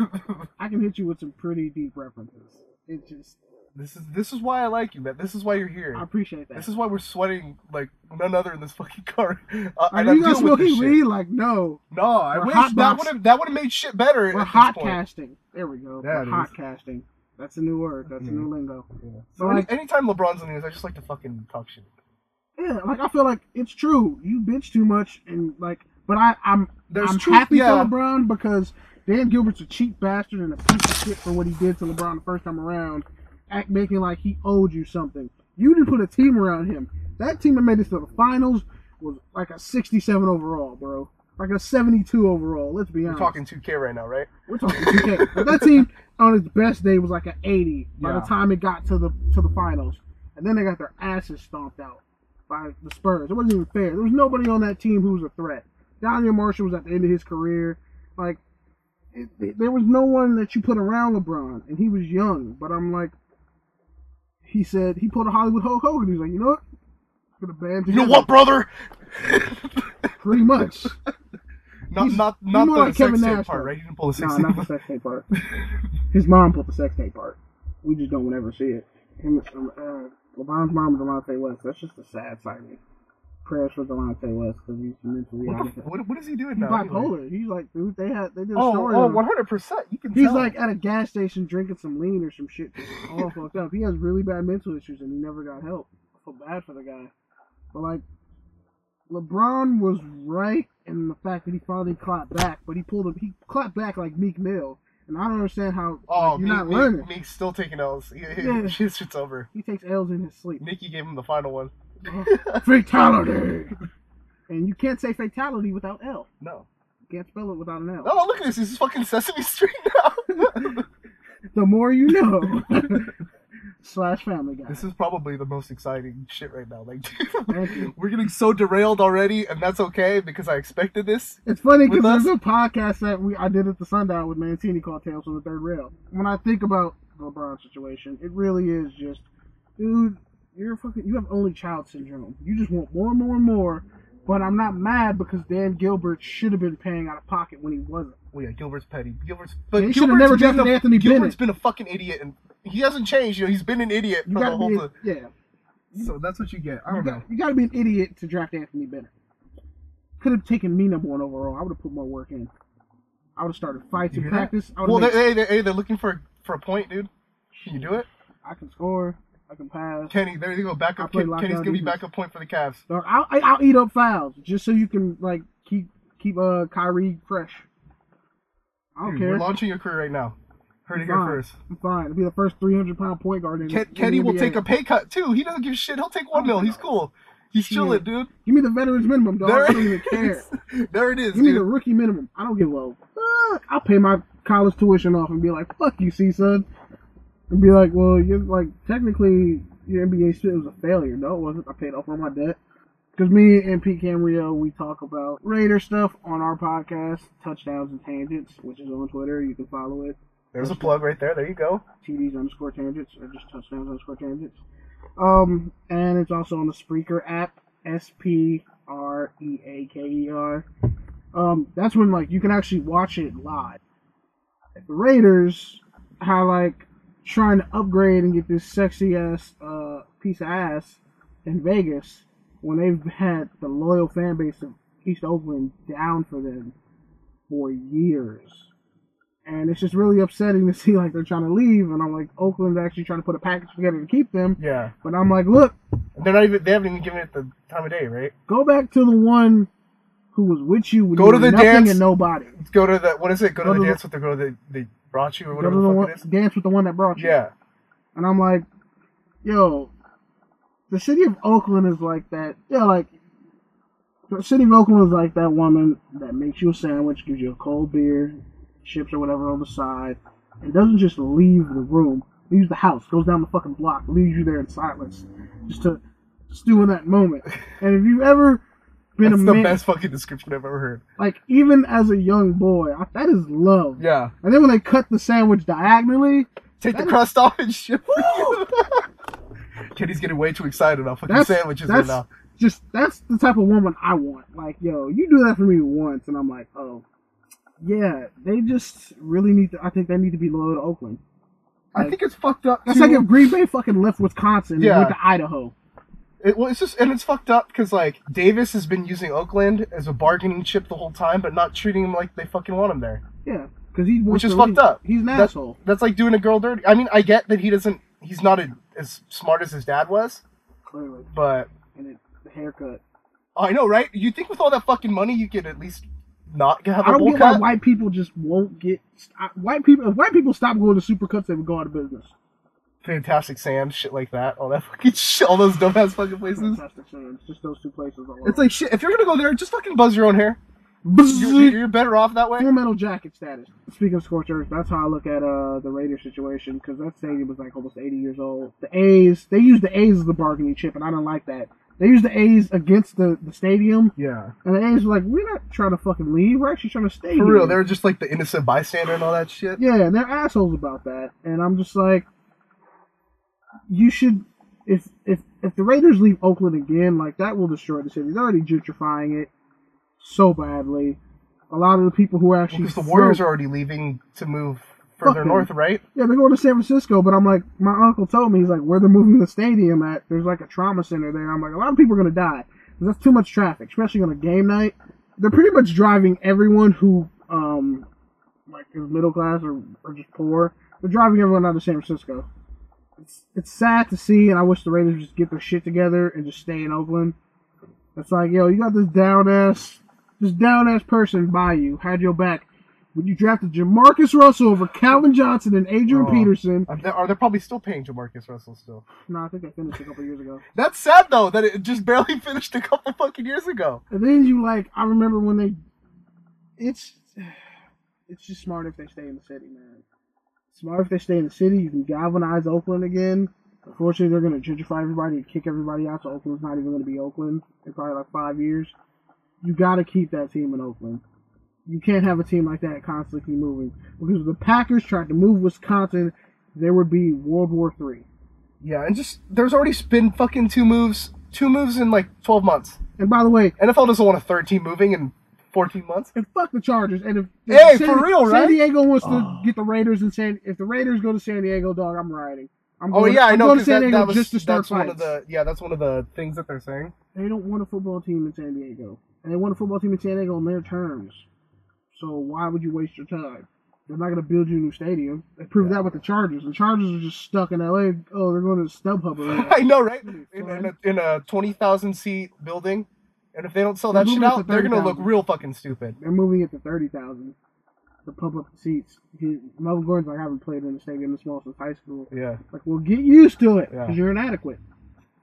Speaker 1: I can hit you with some pretty deep references. It just
Speaker 2: this is this is why I like you, man. This is why you're here.
Speaker 1: I appreciate that.
Speaker 2: This is why we're sweating like none other in this fucking car. Uh,
Speaker 1: Are
Speaker 2: and I'm
Speaker 1: you guys
Speaker 2: dealing with this
Speaker 1: smoking
Speaker 2: shit.
Speaker 1: weed? Like no,
Speaker 2: No, I
Speaker 1: We're
Speaker 2: wish
Speaker 1: hot
Speaker 2: that
Speaker 1: box.
Speaker 2: would have that would have made shit better.
Speaker 1: we're
Speaker 2: at this
Speaker 1: hot
Speaker 2: point.
Speaker 1: casting. There we go.
Speaker 2: There
Speaker 1: We're
Speaker 2: it
Speaker 1: hot
Speaker 2: is.
Speaker 1: casting. That's a new word. That's
Speaker 2: Mhm.
Speaker 1: a new lingo.
Speaker 2: Yeah.
Speaker 1: So
Speaker 2: So any,
Speaker 1: like,
Speaker 2: anytime LeBron's in the news, I just like to fucking talk shit.
Speaker 1: yeah, like I feel like it's true. You bitch too much, and like, but I, I'm
Speaker 2: There's
Speaker 1: I'm
Speaker 2: truth-
Speaker 1: happy
Speaker 2: yeah.
Speaker 1: for LeBron because Dan Gilbert's a cheap bastard and a piece of shit for what he did to LeBron the first time around, act making like he owed you something. You didn't put a team around him. That team that made it to the finals was like a 67 overall, bro. Like a 72 overall. Let's be
Speaker 2: We're
Speaker 1: honest.
Speaker 2: talking 2K right now, right?
Speaker 1: We're talking 2K. But that team on its best day was like an 80 by the
Speaker 2: Yeah.
Speaker 1: time it got to the to the finals, and then they got their asses stomped out by the Spurs. It wasn't even fair. There was nobody on that team who was a threat. Daniel Marshall was at the end of his career. Like it, it- there was no one that you put around LeBron, and he was young. But I'm like, he said he pulled a Hollywood Hulk Hogan. He's like, you know what? Put a band
Speaker 2: You know
Speaker 1: together.
Speaker 2: what, brother?
Speaker 1: Pretty much.
Speaker 2: Not
Speaker 1: He's-
Speaker 2: not
Speaker 1: he's
Speaker 2: not the
Speaker 1: more like
Speaker 2: sex
Speaker 1: Kevin
Speaker 2: tape
Speaker 1: Nash,
Speaker 2: part,
Speaker 1: though.
Speaker 2: right? You didn't pull the sex
Speaker 1: No,
Speaker 2: tape
Speaker 1: not the sex tape part. His mom pulled the sex tape part. We just don't ever see it. Him, um, uh, LeBron's mom is Delonte West. That's just a sad sight. Prayers for Delonte West because he's mentally out
Speaker 2: What,
Speaker 1: of
Speaker 2: the,
Speaker 1: it.
Speaker 2: what, what is he doing
Speaker 1: He's
Speaker 2: now? anyway?
Speaker 1: bipolar. He's like, dude, they had they did a
Speaker 2: Oh,
Speaker 1: story.
Speaker 2: oh,
Speaker 1: on him.
Speaker 2: 100. percent You can.
Speaker 1: He's
Speaker 2: tell.
Speaker 1: like at a gas station drinking some lean or some shit, all fucked up. He has really bad mental issues and he never got help. I feel bad for the guy, but like, LeBron was right in the fact that he finally clapped back, but he pulled him. He clapped back like Meek Mill, and I don't understand how like,
Speaker 2: Oh,
Speaker 1: you're
Speaker 2: Meek-
Speaker 1: not
Speaker 2: Meek-
Speaker 1: learning.
Speaker 2: Meek's still taking L's. He, he,
Speaker 1: Yeah.
Speaker 2: His shit's over.
Speaker 1: He takes L's in his sleep.
Speaker 2: Nikki gave him the final one.
Speaker 1: fatality. And you can't say fatality without L.
Speaker 2: No.
Speaker 1: You can't spell it without an L.
Speaker 2: Oh, look at this. This is fucking Sesame Street now.
Speaker 1: The more you know. Slash Family Guy.
Speaker 2: this is probably the most exciting shit right now. Like,
Speaker 1: Thank you.
Speaker 2: we're getting so derailed already, and that's okay because I expected this.
Speaker 1: It's funny because
Speaker 2: With
Speaker 1: there's
Speaker 2: us?
Speaker 1: a podcast that we I did at the Sundown with Mancini called Tales from the Third Rail. When I think about the LeBron situation, it really is just, dude, you're fucking, you have only child syndrome. You just want more and more and more. But I'm not mad because Dan Gilbert should have been paying out of pocket when he wasn't.
Speaker 2: Well, Oh, yeah, Gilbert's petty. Gilbert's but
Speaker 1: They
Speaker 2: Gilbert's
Speaker 1: should've never
Speaker 2: been
Speaker 1: drafted
Speaker 2: a,
Speaker 1: Anthony
Speaker 2: Gilbert's
Speaker 1: Bennett.
Speaker 2: been a fucking idiot, and he hasn't changed. You know, he's been an idiot
Speaker 1: You
Speaker 2: for the
Speaker 1: gotta
Speaker 2: whole.
Speaker 1: be,
Speaker 2: time.
Speaker 1: yeah.
Speaker 2: So that's what you get. I
Speaker 1: You got, you got to be an idiot to draft Anthony Bennett. Could have taken me number one overall. I would have put more work in. I would have started fights in
Speaker 2: You hear that?
Speaker 1: practice. I,
Speaker 2: Well,
Speaker 1: would've
Speaker 2: they,
Speaker 1: made,
Speaker 2: hey, they, hey, they're looking for for a point, dude. Can you do it,
Speaker 1: I can score. I can pass.
Speaker 2: Kenny? There you go.
Speaker 1: I
Speaker 2: Backup.
Speaker 1: play
Speaker 2: Ken, Kenny's
Speaker 1: lockdown
Speaker 2: gonna be
Speaker 1: defense.
Speaker 2: backup point for the Cavs.
Speaker 1: Dog, I'll, I- I'll eat up fouls just so you can like keep keep uh Kyrie fresh. I don't
Speaker 2: Dude,
Speaker 1: care.
Speaker 2: Hmm, We're launching your career right now. Heard it here
Speaker 1: Fine.
Speaker 2: first.
Speaker 1: I'm fine. I'll be the first 300 pound point guard in.
Speaker 2: Ken,
Speaker 1: in the
Speaker 2: Kenny will
Speaker 1: NBA.
Speaker 2: take a pay cut too. He doesn't give a shit. He'll take one mil. He's cool. He's
Speaker 1: Shit.
Speaker 2: chilling, dude.
Speaker 1: Give me the veterans minimum, dog.
Speaker 2: There
Speaker 1: I don't even
Speaker 2: it
Speaker 1: care.
Speaker 2: is. There it is,
Speaker 1: Give me the
Speaker 2: dude.
Speaker 1: rookie minimum. I don't give a fuck. I'll pay my college tuition off and be like, fuck you, C son. And be like, well, you're like, technically, your NBA shit was a failure. No, it wasn't. I paid off all my debt. Because me and Pete Camarillo, we talk about Raider stuff on our podcast, Touchdowns and Tangents, which is on Twitter. You can follow it.
Speaker 2: There's a plug right there. There you go.
Speaker 1: TDs underscore tangents or just touchdowns underscore tangents. Um, and it's also on the Spreaker app, S P R E A K E R. Um, that's when like you can actually watch it live. The Raiders how like trying to upgrade and get this sexy ass uh, piece of ass in Vegas when they've had the loyal fan base of East Oakland down for them for years and it's just really upsetting to see like they're trying to leave, and I'm like Oakland's actually trying to put a package together to keep them,
Speaker 2: Yeah.
Speaker 1: but I'm like, look,
Speaker 2: They're not even. They haven't even given it the time of day, right?
Speaker 1: go back to the one who was with you when
Speaker 2: Go
Speaker 1: you
Speaker 2: to
Speaker 1: were
Speaker 2: the
Speaker 1: nothing
Speaker 2: dance.
Speaker 1: and nobody.
Speaker 2: Let's go to the. What is it? Go,
Speaker 1: Go
Speaker 2: to
Speaker 1: to
Speaker 2: the
Speaker 1: the-
Speaker 2: dance with the girl that they brought you
Speaker 1: Go
Speaker 2: or
Speaker 1: to
Speaker 2: whatever
Speaker 1: the
Speaker 2: the fuck
Speaker 1: one,
Speaker 2: it is.
Speaker 1: dance with the one that brought you.
Speaker 2: Yeah.
Speaker 1: And I'm like, yo, the city of Oakland is like that. Yeah, like the city of Oakland is like that woman that makes you a sandwich, gives you a cold beer, chips or whatever on the side, and doesn't just leave the room. leaves the house, goes down the fucking block, leaves you there in silence, just to stew in that moment. And if you've ever been
Speaker 2: That's
Speaker 1: a
Speaker 2: the
Speaker 1: man,
Speaker 2: best fucking description I've ever heard.
Speaker 1: like even as a young boy, I, that is love.
Speaker 2: Yeah.
Speaker 1: And then when they cut the sandwich diagonally,
Speaker 2: Take the
Speaker 1: That-
Speaker 2: crust off and shit. Kenny's getting way too excited about fucking
Speaker 1: That's-
Speaker 2: sandwiches right
Speaker 1: that's-
Speaker 2: now.
Speaker 1: just that's the type of woman I want. Like, yo, you do that for me once, and I'm like, oh, yeah, they just really need to. I think they need to be loyal to Oakland.
Speaker 2: I think it's fucked up.
Speaker 1: That's
Speaker 2: too.
Speaker 1: like if Green Bay fucking left Wisconsin
Speaker 2: Yeah.
Speaker 1: and went to Idaho.
Speaker 2: It, well, it's just and it's fucked up because like Davis has been using Oakland as a bargaining chip the whole time, but not treating him like they fucking want him there.
Speaker 1: Yeah, because he wants
Speaker 2: Which is
Speaker 1: to
Speaker 2: fucked
Speaker 1: leave.
Speaker 2: up.
Speaker 1: He's an
Speaker 2: That's-
Speaker 1: asshole.
Speaker 2: That's like doing a girl dirty. I mean, I get that he doesn't. He's not a, as smart as his dad was,
Speaker 1: Clearly,
Speaker 2: but
Speaker 1: and it, the haircut.
Speaker 2: I know, right? You think with all that fucking money, you could at least not have
Speaker 1: I
Speaker 2: a
Speaker 1: don't
Speaker 2: bowl
Speaker 1: get why
Speaker 2: cut?
Speaker 1: white people just won't get I- white people. If white people stop going to supercuts, they would go out of business.
Speaker 2: Fantastic Sam, shit like that, all that fucking shit, all those dumbass fucking places.
Speaker 1: Fantastic Sam's, just those two places. Alone.
Speaker 2: Mm-hmm. It's like shit. If you're gonna go there, just fucking buzz your own hair. You,
Speaker 1: Bzzz.
Speaker 2: you're better off that way.
Speaker 1: Full Metal Jacket status. Speaking of scorched earth, that's how I look at uh the Raiders situation because that stadium was like almost 80 years old. The A's, they used the A's as the bargaining chip, and I don't like that. They used the A's against the, the stadium,
Speaker 2: Yeah,
Speaker 1: and the A's were like, we're not trying to fucking leave. We're actually trying to stay
Speaker 2: for
Speaker 1: here."
Speaker 2: real. They're just like the innocent bystander and all that shit.
Speaker 1: Yeah, and they're assholes about that. And I'm just like, you should. If if if the Raiders leave Oakland again, like that will destroy the city. They're already gentrifying it so badly. A lot of the people who are actually
Speaker 2: Because the
Speaker 1: from-
Speaker 2: Warriors are already leaving to move further
Speaker 1: Fucking-
Speaker 2: north, right?
Speaker 1: yeah, they're going to San Francisco. But I'm like, my uncle told me he's like, where they're moving the stadium at? There's like a trauma center there. I'm like, a lot of people are gonna die. 'Cause That's too much traffic, especially on a game night. They're pretty much driving everyone who um like is middle class or, or just poor. They're driving everyone out of San Francisco. It's it's sad to see, and I wish the Raiders just get their shit together and just stay in Oakland. It's like, yo, you got this down ass, this down ass person by you, had your back. When you drafted Jamarcus Russell over Calvin Johnson and Adrian
Speaker 2: Oh.
Speaker 1: Peterson,
Speaker 2: Are they, are they probably still paying Jamarcus Russell still?
Speaker 1: no, I think I finished a couple years ago.
Speaker 2: That's sad though that it just barely finished a couple fucking years ago.
Speaker 1: And then you like, I remember when they, it's, it's just smart if they stay in the city, man. Smart if they stay in the city. You can galvanize Oakland again. Unfortunately, they're gonna gentrify everybody and kick everybody out. So Oakland's not even gonna be Oakland in probably like five years. You gotta keep that team in Oakland. You can't have a team like that constantly keep moving because if the Packers tried to move Wisconsin, there would be World War Three.
Speaker 2: Yeah, and just there's already been fucking two moves, two moves in like 12 months.
Speaker 1: And by the way,
Speaker 2: NFL doesn't want a third team moving in 14 months.
Speaker 1: And fuck the Chargers. And if, if
Speaker 2: Hey, for real, right?
Speaker 1: San Diego wants
Speaker 2: Oh.
Speaker 1: to get the Raiders and San if the Raiders go to San Diego, dog, I'm rioting. I'm
Speaker 2: Oh
Speaker 1: going,
Speaker 2: yeah, I
Speaker 1: I'm
Speaker 2: know.
Speaker 1: Going to
Speaker 2: 'cause
Speaker 1: San
Speaker 2: that,
Speaker 1: Diego
Speaker 2: that was
Speaker 1: just to start
Speaker 2: that's one of
Speaker 1: fights.
Speaker 2: the yeah, that's one of the things that they're saying.
Speaker 1: They don't want a football team in San Diego, and they want a football team in San Diego on their terms. So why would you waste your time? They're not going to build you a new stadium. They proved
Speaker 2: Yeah.
Speaker 1: that with the Chargers. The Chargers are just stuck in LA. Oh, they're going to StubHub arena.
Speaker 2: I know, right?
Speaker 1: That'd be
Speaker 2: In,
Speaker 1: fun.
Speaker 2: in a, in a 20,000 seat building, and if they don't sell
Speaker 1: They're
Speaker 2: that shit
Speaker 1: moving it to
Speaker 2: out, they're gonna look
Speaker 1: 30,000.
Speaker 2: real fucking stupid.
Speaker 1: They're moving it to thirty thousand to pump up the seats. He- Melvin Gordon's like, I haven't played in a stadium this small since high school.
Speaker 2: Yeah.
Speaker 1: Like, well, get used to it
Speaker 2: Yeah.
Speaker 1: because you're inadequate.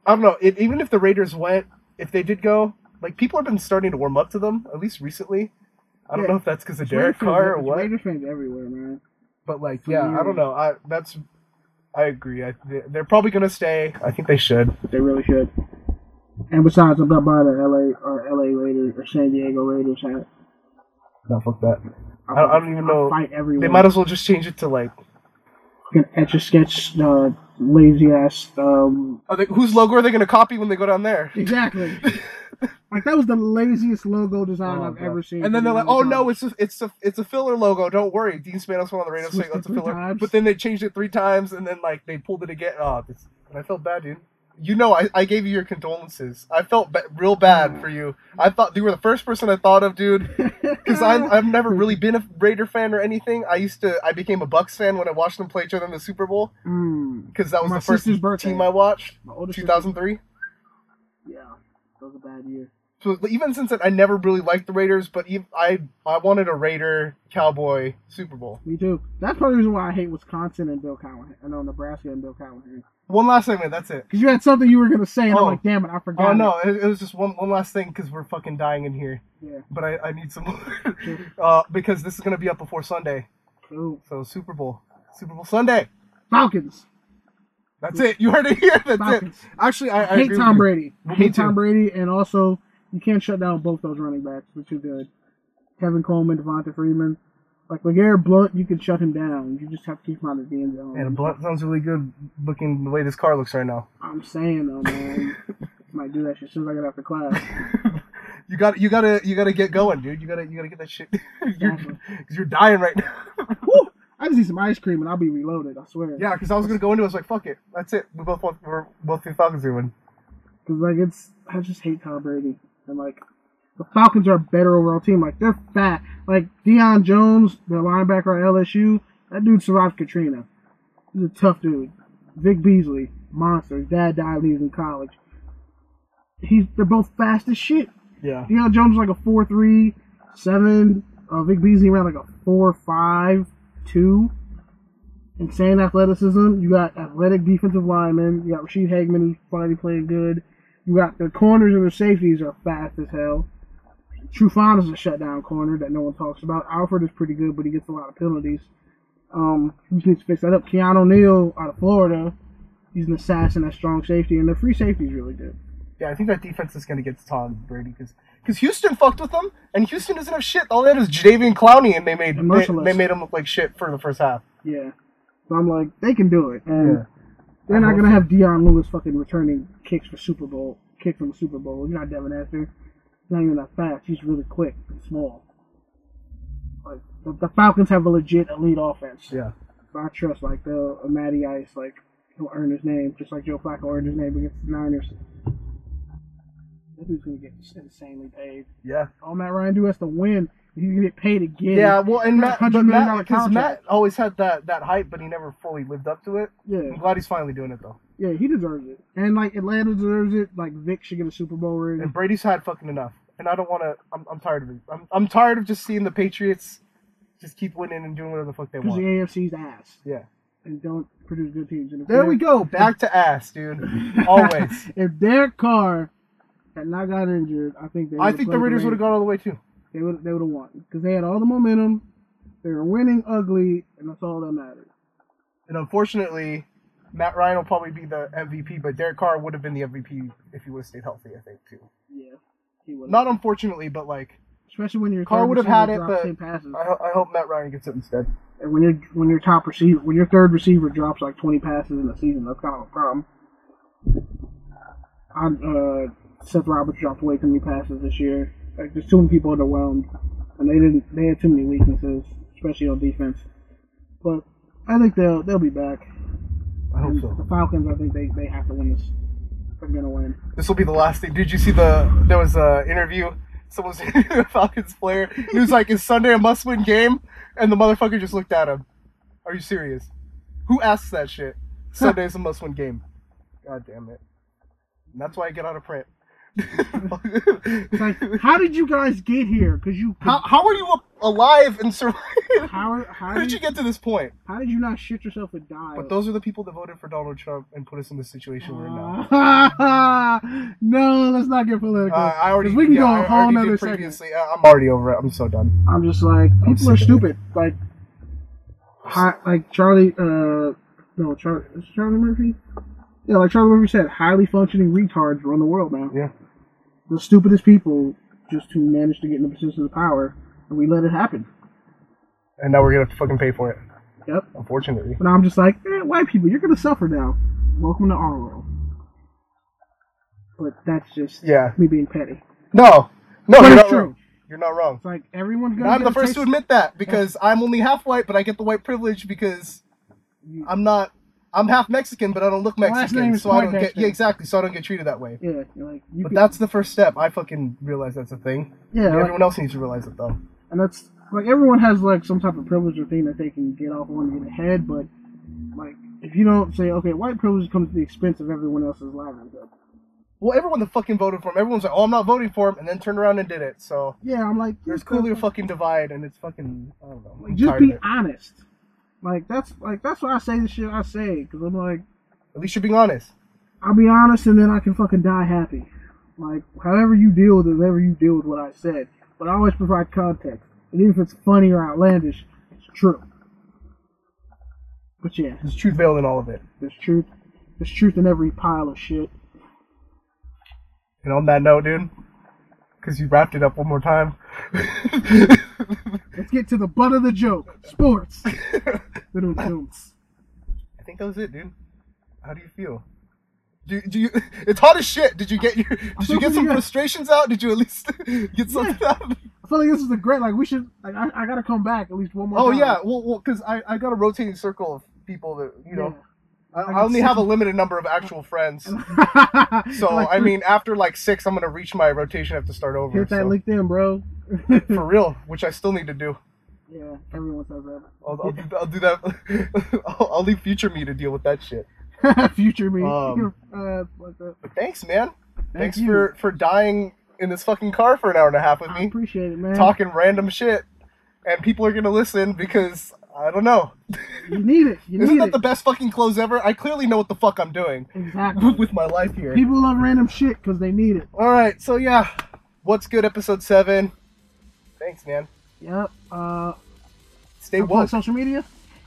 Speaker 2: I don't know. It, even if the Raiders went, if they did go, like people have been starting to warm up to them, at least recently. I don't
Speaker 1: Yeah.
Speaker 2: know if that's because of
Speaker 1: It's
Speaker 2: Derek
Speaker 1: Raider fans-
Speaker 2: Carr or
Speaker 1: it's
Speaker 2: what,
Speaker 1: Raider fans everywhere, man.
Speaker 2: but like,
Speaker 1: for
Speaker 2: yeah, I don't
Speaker 1: years.
Speaker 2: know. I that's, I agree. I, they- they're probably gonna stay. I think they should.
Speaker 1: They really should. And besides, I'm not buying an LA or LA Raiders or San Diego Raiders hat.
Speaker 2: No, fuck that. I- I don't even know.
Speaker 1: I'll Fight everyone.
Speaker 2: They might as well just change it to like.
Speaker 1: fucking etch a sketch, uh, lazy ass. Um,
Speaker 2: Are they, whose logo are they gonna copy when they go down there?
Speaker 1: exactly. like that was the laziest logo design
Speaker 2: Oh,
Speaker 1: I've
Speaker 2: God.
Speaker 1: ever seen.
Speaker 2: And then they're like,
Speaker 1: from
Speaker 2: "Oh
Speaker 1: the
Speaker 2: no, it's a, it's a, it's a filler logo. Don't worry." Dean Spanos went on the radio saying oh,
Speaker 1: Switched
Speaker 2: it's
Speaker 1: it
Speaker 2: a
Speaker 1: three
Speaker 2: filler,
Speaker 1: times.
Speaker 2: but then they changed it three times, and then like they pulled it again. Oh, this, and I felt bad, dude. You know, I, I gave you your condolences. I felt ba- real bad for you. I thought you were the first person I thought of, dude. Because I've never really been a Raider fan or anything. I used to I became a Bucks fan when I watched them play each other in the Super Bowl
Speaker 1: Mm,
Speaker 2: because that was
Speaker 1: My
Speaker 2: the first
Speaker 1: sister's birthday.
Speaker 2: team I watched,
Speaker 1: my oldest sister-
Speaker 2: 2003.
Speaker 1: Yeah, that was a bad year.
Speaker 2: So even since then, I never really liked the Raiders, but ev I I wanted a Raider Cowboy Super Bowl.
Speaker 1: Me too. That's part of the reason why I hate Wisconsin and Bill Callahan. I know Nebraska and Bill Callahan.
Speaker 2: One last segment, that's it.
Speaker 1: Because you had something you were gonna say, and
Speaker 2: Oh.
Speaker 1: I'm like, damn it, I forgot.
Speaker 2: Oh
Speaker 1: it.
Speaker 2: no, it, it was just one, one last thing because we're fucking dying in here.
Speaker 1: Yeah.
Speaker 2: But I, I need some more uh, because this is gonna be up before Sunday.
Speaker 1: Cool.
Speaker 2: So Super Bowl, Super Bowl Sunday.
Speaker 1: Falcons.
Speaker 2: That's it. You heard it here. That's it.
Speaker 1: Falcons.
Speaker 2: Actually, I, I
Speaker 1: hate
Speaker 2: agree
Speaker 1: Tom
Speaker 2: with
Speaker 1: Brady. I
Speaker 2: Me
Speaker 1: hate Tom
Speaker 2: too.
Speaker 1: Brady, and also you can't shut down both those running backs. They're too good. Kevin Coleman, Devonta Freeman, like Legarrette Blunt, you can shut him down. You just have to keep him out of the end zone.
Speaker 2: you. And Blunt sounds really good looking the way this car looks right now.
Speaker 1: I'm saying though, man, might do that shit as soon as I get after class.
Speaker 2: you got you gotta you gotta get going, dude. You gotta you gotta get that shit. you're,
Speaker 1: Exactly.
Speaker 2: 'cause you're dying right now.
Speaker 1: Woo! I just need some ice cream and I'll be reloaded. I swear.
Speaker 2: Yeah, because I was gonna go into it. I was like, fuck it. That's it. We both want, we're both think Falcons are win.
Speaker 1: Cause like it's, I just hate Tom Brady, and like the Falcons are a better overall team. Like they're fat. Like Deion Jones, the linebacker at LSU, that dude survived Katrina. He's a tough dude. Vic Beasley, monster. His dad died when he was in college. He's they're both fast as shit.
Speaker 2: Yeah.
Speaker 1: Deion Jones is like a four three seven. Uh, Vic Beasley ran like a four five two. Insane athleticism. You got athletic defensive linemen. You got Rasheed Hagman who's finally playing good. You got their corners and their safeties are fast as hell. Trufant is a shutdown corner that no one talks about. Alfred is pretty good, but he gets a lot of penalties. Um, you just need to fix that up. Keanu Neal out of Florida, he's an assassin at strong safety, and their free safety is really good.
Speaker 2: Yeah, I think that defense is gonna get to Tom Brady because Houston fucked with them, and Houston doesn't have shit. All they had is Jadavian Clowney, and they made
Speaker 1: And
Speaker 2: they,
Speaker 1: merciless.
Speaker 2: they made him look like shit for the first half.
Speaker 1: Yeah. So I'm like, they can do it. And
Speaker 2: Yeah.
Speaker 1: they're
Speaker 2: I
Speaker 1: not
Speaker 2: hope
Speaker 1: gonna have Dion Lewis fucking returning kicks for Super Bowl kicks from the Super Bowl. You're not Devin After. He's not even that fast. He's really quick and small. Like the, the Falcons have a legit elite offense.
Speaker 2: Yeah.
Speaker 1: So I trust like the uh, Matty Ice, like he'll earn his name, just like Joe Flacco earned his name against the Niners. That dude's gonna get insanely paid.
Speaker 2: Yeah.
Speaker 1: All Matt Ryan do has to win. He's gonna get paid again.
Speaker 2: Yeah. Well, and
Speaker 1: That's
Speaker 2: Matt,
Speaker 1: a
Speaker 2: but
Speaker 1: $100 million
Speaker 2: Matt, because
Speaker 1: contract.
Speaker 2: Matt always had that that hype, but he never fully lived up to it.
Speaker 1: yeah.
Speaker 2: I'm glad he's finally doing it though.
Speaker 1: Yeah, he deserves it. And like Atlanta deserves it. Like Vic should get a Super Bowl ring.
Speaker 2: And Brady's had fucking enough. And I don't want to. I'm, I'm tired of it. I'm, I'm tired of just seeing the Patriots just keep winning and doing whatever the fuck they
Speaker 1: Because the
Speaker 2: want.
Speaker 1: AFC's ass.
Speaker 2: Yeah.
Speaker 1: And don't produce good teams. And if
Speaker 2: There we
Speaker 1: Derek-
Speaker 2: go. Back to ass, dude. Always.
Speaker 1: if Derek Carr had not got injured, I think they
Speaker 2: I
Speaker 1: would've
Speaker 2: think the
Speaker 1: played
Speaker 2: Raiders would have
Speaker 1: Rams.
Speaker 2: gone all the way too.
Speaker 1: They would they would have won because they had all the momentum. They were winning ugly, and that's all that mattered.
Speaker 2: And unfortunately, Matt Ryan will probably be the MVP, but Derek Carr would have been the MVP if he would have stayed healthy. I think too.
Speaker 1: Yeah, he would.
Speaker 2: Not unfortunately, but like
Speaker 1: especially when your
Speaker 2: Carr
Speaker 1: third
Speaker 2: would have
Speaker 1: receiver
Speaker 2: had it,
Speaker 1: drops
Speaker 2: but-
Speaker 1: 10 passes.
Speaker 2: I, ho- I hope Matt Ryan gets it instead.
Speaker 1: and when your when your top receiver when your third receiver drops like 20 passes in a season, that's kind of a problem. I'm, uh, Seth Roberts dropped way too many passes this year. Like there's too many people underwhelmed, and they didn't they had too many weaknesses, especially on defense. But I think they'll they'll be back.
Speaker 2: I hope
Speaker 1: And
Speaker 2: so.
Speaker 1: the Falcons, I think they, they have to win this. They're gonna win.
Speaker 2: This will be the last thing. Did you see the? There was a interview. Someone was interviewing a Falcons player. He was like, "Is Sunday a must-win game?" And the motherfucker just looked at him. Are you serious? Who asks that shit? Sunday's a must-win game. God damn it. And that's why I get out of print.
Speaker 1: It's like, how did you guys get here? Cause you
Speaker 2: how how are you a- alive and surviving?
Speaker 1: how how
Speaker 2: How did you get to this point?
Speaker 1: how did you not shit yourself and die?
Speaker 2: But those are the people that voted for Donald Trump and put us in the situation we're in now.
Speaker 1: no, let's not get political.
Speaker 2: Uh, I already.
Speaker 1: 'Cause we can
Speaker 2: yeah,
Speaker 1: go
Speaker 2: I
Speaker 1: a whole
Speaker 2: already did
Speaker 1: nother segment.
Speaker 2: previously. Uh, I'm already over it. I'm so done.
Speaker 1: I'm just like people are
Speaker 2: sick of
Speaker 1: stupid. Like, hi, like Charlie. Uh, no, Charlie. Is it Charlie Murphy. Yeah, like Charlie Murphy said, highly functioning retards run the world now.
Speaker 2: Yeah.
Speaker 1: The stupidest people just who managed to get in the position of power, and we let it happen.
Speaker 2: and now we're gonna have to fucking pay for it.
Speaker 1: Yep.
Speaker 2: Unfortunately.
Speaker 1: But I'm just like, eh, white people, you're gonna suffer now. Welcome to our world. But that's just
Speaker 2: Yeah.
Speaker 1: me being petty.
Speaker 2: No. No,
Speaker 1: But
Speaker 2: you're
Speaker 1: it's
Speaker 2: not
Speaker 1: true.
Speaker 2: wrong. You're not wrong.
Speaker 1: It's like everyone's
Speaker 2: And
Speaker 1: gonna.
Speaker 2: I'm
Speaker 1: get
Speaker 2: the
Speaker 1: a
Speaker 2: first
Speaker 1: taste-
Speaker 2: to admit that because I'm only half white, but I get the white privilege because I'm not. I'm half Mexican, but I don't look
Speaker 1: last name
Speaker 2: Mexican,
Speaker 1: is
Speaker 2: so I don't
Speaker 1: Mexican.
Speaker 2: get. Yeah, exactly. So I don't get treated that way.
Speaker 1: Yeah, you're like you
Speaker 2: But
Speaker 1: could-
Speaker 2: that's the first step. I fucking realize that's a thing.
Speaker 1: yeah, like-
Speaker 2: Everyone else needs to realize it though.
Speaker 1: and that's like everyone has like some type of privilege or thing that they can get off on to get ahead, but like if you don't say okay, white privilege comes at the expense of everyone else's livelihood.
Speaker 2: Well, everyone that fucking voted for him, everyone's like, "Oh, I'm not voting for him," and then turned around and did it. So
Speaker 1: Yeah, I'm like
Speaker 2: there's
Speaker 1: just-
Speaker 2: clearly a fucking divide, and it's fucking. I don't know. I'm
Speaker 1: just
Speaker 2: tired
Speaker 1: be
Speaker 2: of it.
Speaker 1: honest. Like that's like that's why I say the shit I say because I'm like
Speaker 2: At least you're being honest.
Speaker 1: I'll be honest and then I can fucking die happy. Like however you deal with it, however you deal with what I said, but I always provide context, and even if it's funny or outlandish, it's true. But yeah,
Speaker 2: There's truth veiled in all of it.
Speaker 1: there's truth, There's truth in every pile of shit.
Speaker 2: And on that note, dude, because you wrapped it up one more time.
Speaker 1: Let's get to the butt of the joke. Sports. Little jokes.
Speaker 2: I think that was it, dude. How do you feel? Do, do you? It's hot as shit. Did you get your? Did you
Speaker 1: feel
Speaker 2: get
Speaker 1: pretty
Speaker 2: some
Speaker 1: good.
Speaker 2: frustrations out? Did you at least get something out?
Speaker 1: I feel like this is a great. Like we should. Like I, I gotta come back at least one more.
Speaker 2: Oh
Speaker 1: time.
Speaker 2: yeah, well, well, because I I got a rotating circle of people that you know. I,
Speaker 1: I
Speaker 2: I only
Speaker 1: can
Speaker 2: have a limited number of actual friends,
Speaker 1: Yeah.
Speaker 2: so
Speaker 1: Like,
Speaker 2: I mean, after like six, I'm gonna reach my rotation. I have to start over.
Speaker 1: hit that
Speaker 2: so-
Speaker 1: LinkedIn, bro.
Speaker 2: for real, which I still need to do.
Speaker 1: yeah, everyone says
Speaker 2: I'll, I'll, do, I'll do that. I'll, I'll leave future me to deal with that shit.
Speaker 1: that. Future me.
Speaker 2: Um,
Speaker 1: uh, what's up?
Speaker 2: But thanks, man.
Speaker 1: Thank
Speaker 2: Thanks
Speaker 1: you.
Speaker 2: for for dying in this fucking car for an hour and a half with
Speaker 1: I
Speaker 2: me,
Speaker 1: appreciate it, man.
Speaker 2: talking random shit, and people are gonna listen because I don't know.
Speaker 1: You need it. You
Speaker 2: Isn't
Speaker 1: need
Speaker 2: that
Speaker 1: it.
Speaker 2: the best fucking close ever? I clearly know what the fuck I'm doing
Speaker 1: exactly.
Speaker 2: with my life here.
Speaker 1: People love random shit because they need it.
Speaker 2: All right, so yeah, what's good? Episode seven. Thanks, man.
Speaker 1: Yep. Uh,
Speaker 2: Stay
Speaker 1: I'll plug
Speaker 2: woke.
Speaker 1: social media.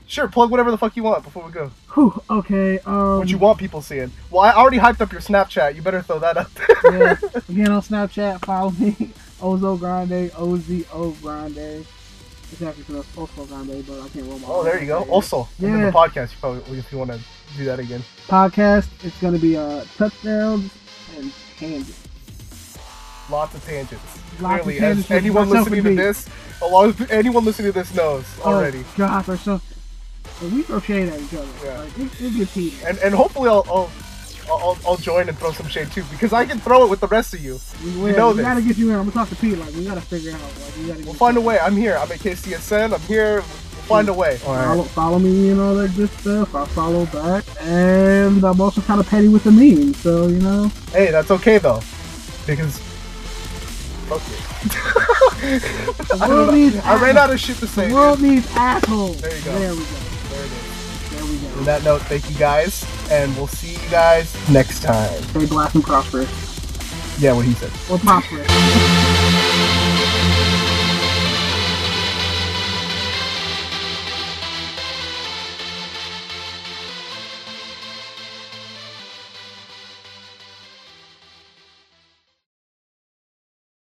Speaker 2: Sure, plug whatever the fuck you want before we go.
Speaker 1: Whew, okay. Um,
Speaker 2: What you want people seeing? Well, I already hyped up your Snapchat. You better throw that up.
Speaker 1: yeah. Again on Snapchat, follow me. Ozo Grande. O Z O Grande. Exactly because that's also Grande, but I can't roll my.
Speaker 2: oh, there you go.
Speaker 1: Grande.
Speaker 2: Also, and then
Speaker 1: Yeah.
Speaker 2: the podcast. You probably if you want to do that again.
Speaker 1: podcast. It's gonna be uh touchdowns and tangents.
Speaker 2: Lots of tangents.
Speaker 1: Lots of
Speaker 2: Clearly,
Speaker 1: tangents with
Speaker 2: as anyone
Speaker 1: myself
Speaker 2: listening
Speaker 1: and
Speaker 2: to
Speaker 1: me.
Speaker 2: this, a lot of anyone listening to this knows already.
Speaker 1: Oh, God, or something. And we throw shade at each other.
Speaker 2: Yeah.
Speaker 1: Like, it, it gets heated.
Speaker 2: And and hopefully I'll. I'll I'll, I'll- I'll join and throw some shade too because I can throw it with the rest of you.
Speaker 1: We, we,
Speaker 2: know
Speaker 1: we
Speaker 2: this.
Speaker 1: gotta get you in. I'm gonna talk to Pete. Like we gotta figure out. Like we gotta.
Speaker 2: We'll find a way. I'm here. I'm at KCSN. I'm here. We'll find a way. All
Speaker 1: Follow, follow me and all that good stuff. I follow back, and I'm also kind of petty with the meme. So you know,
Speaker 2: Hey, that's okay though, because fuck it. I,
Speaker 1: world
Speaker 2: don't know.
Speaker 1: needs
Speaker 2: I ran out of shit to say.
Speaker 1: the
Speaker 2: dude.
Speaker 1: world needs assholes.
Speaker 2: There you go.
Speaker 1: There we go.
Speaker 2: There it is.
Speaker 1: There we
Speaker 2: On
Speaker 1: go.
Speaker 2: that note, thank you guys, and we'll see you guys next time.
Speaker 1: Stay blessed and prosperous,
Speaker 2: Yeah, what he said.
Speaker 1: or prosperous.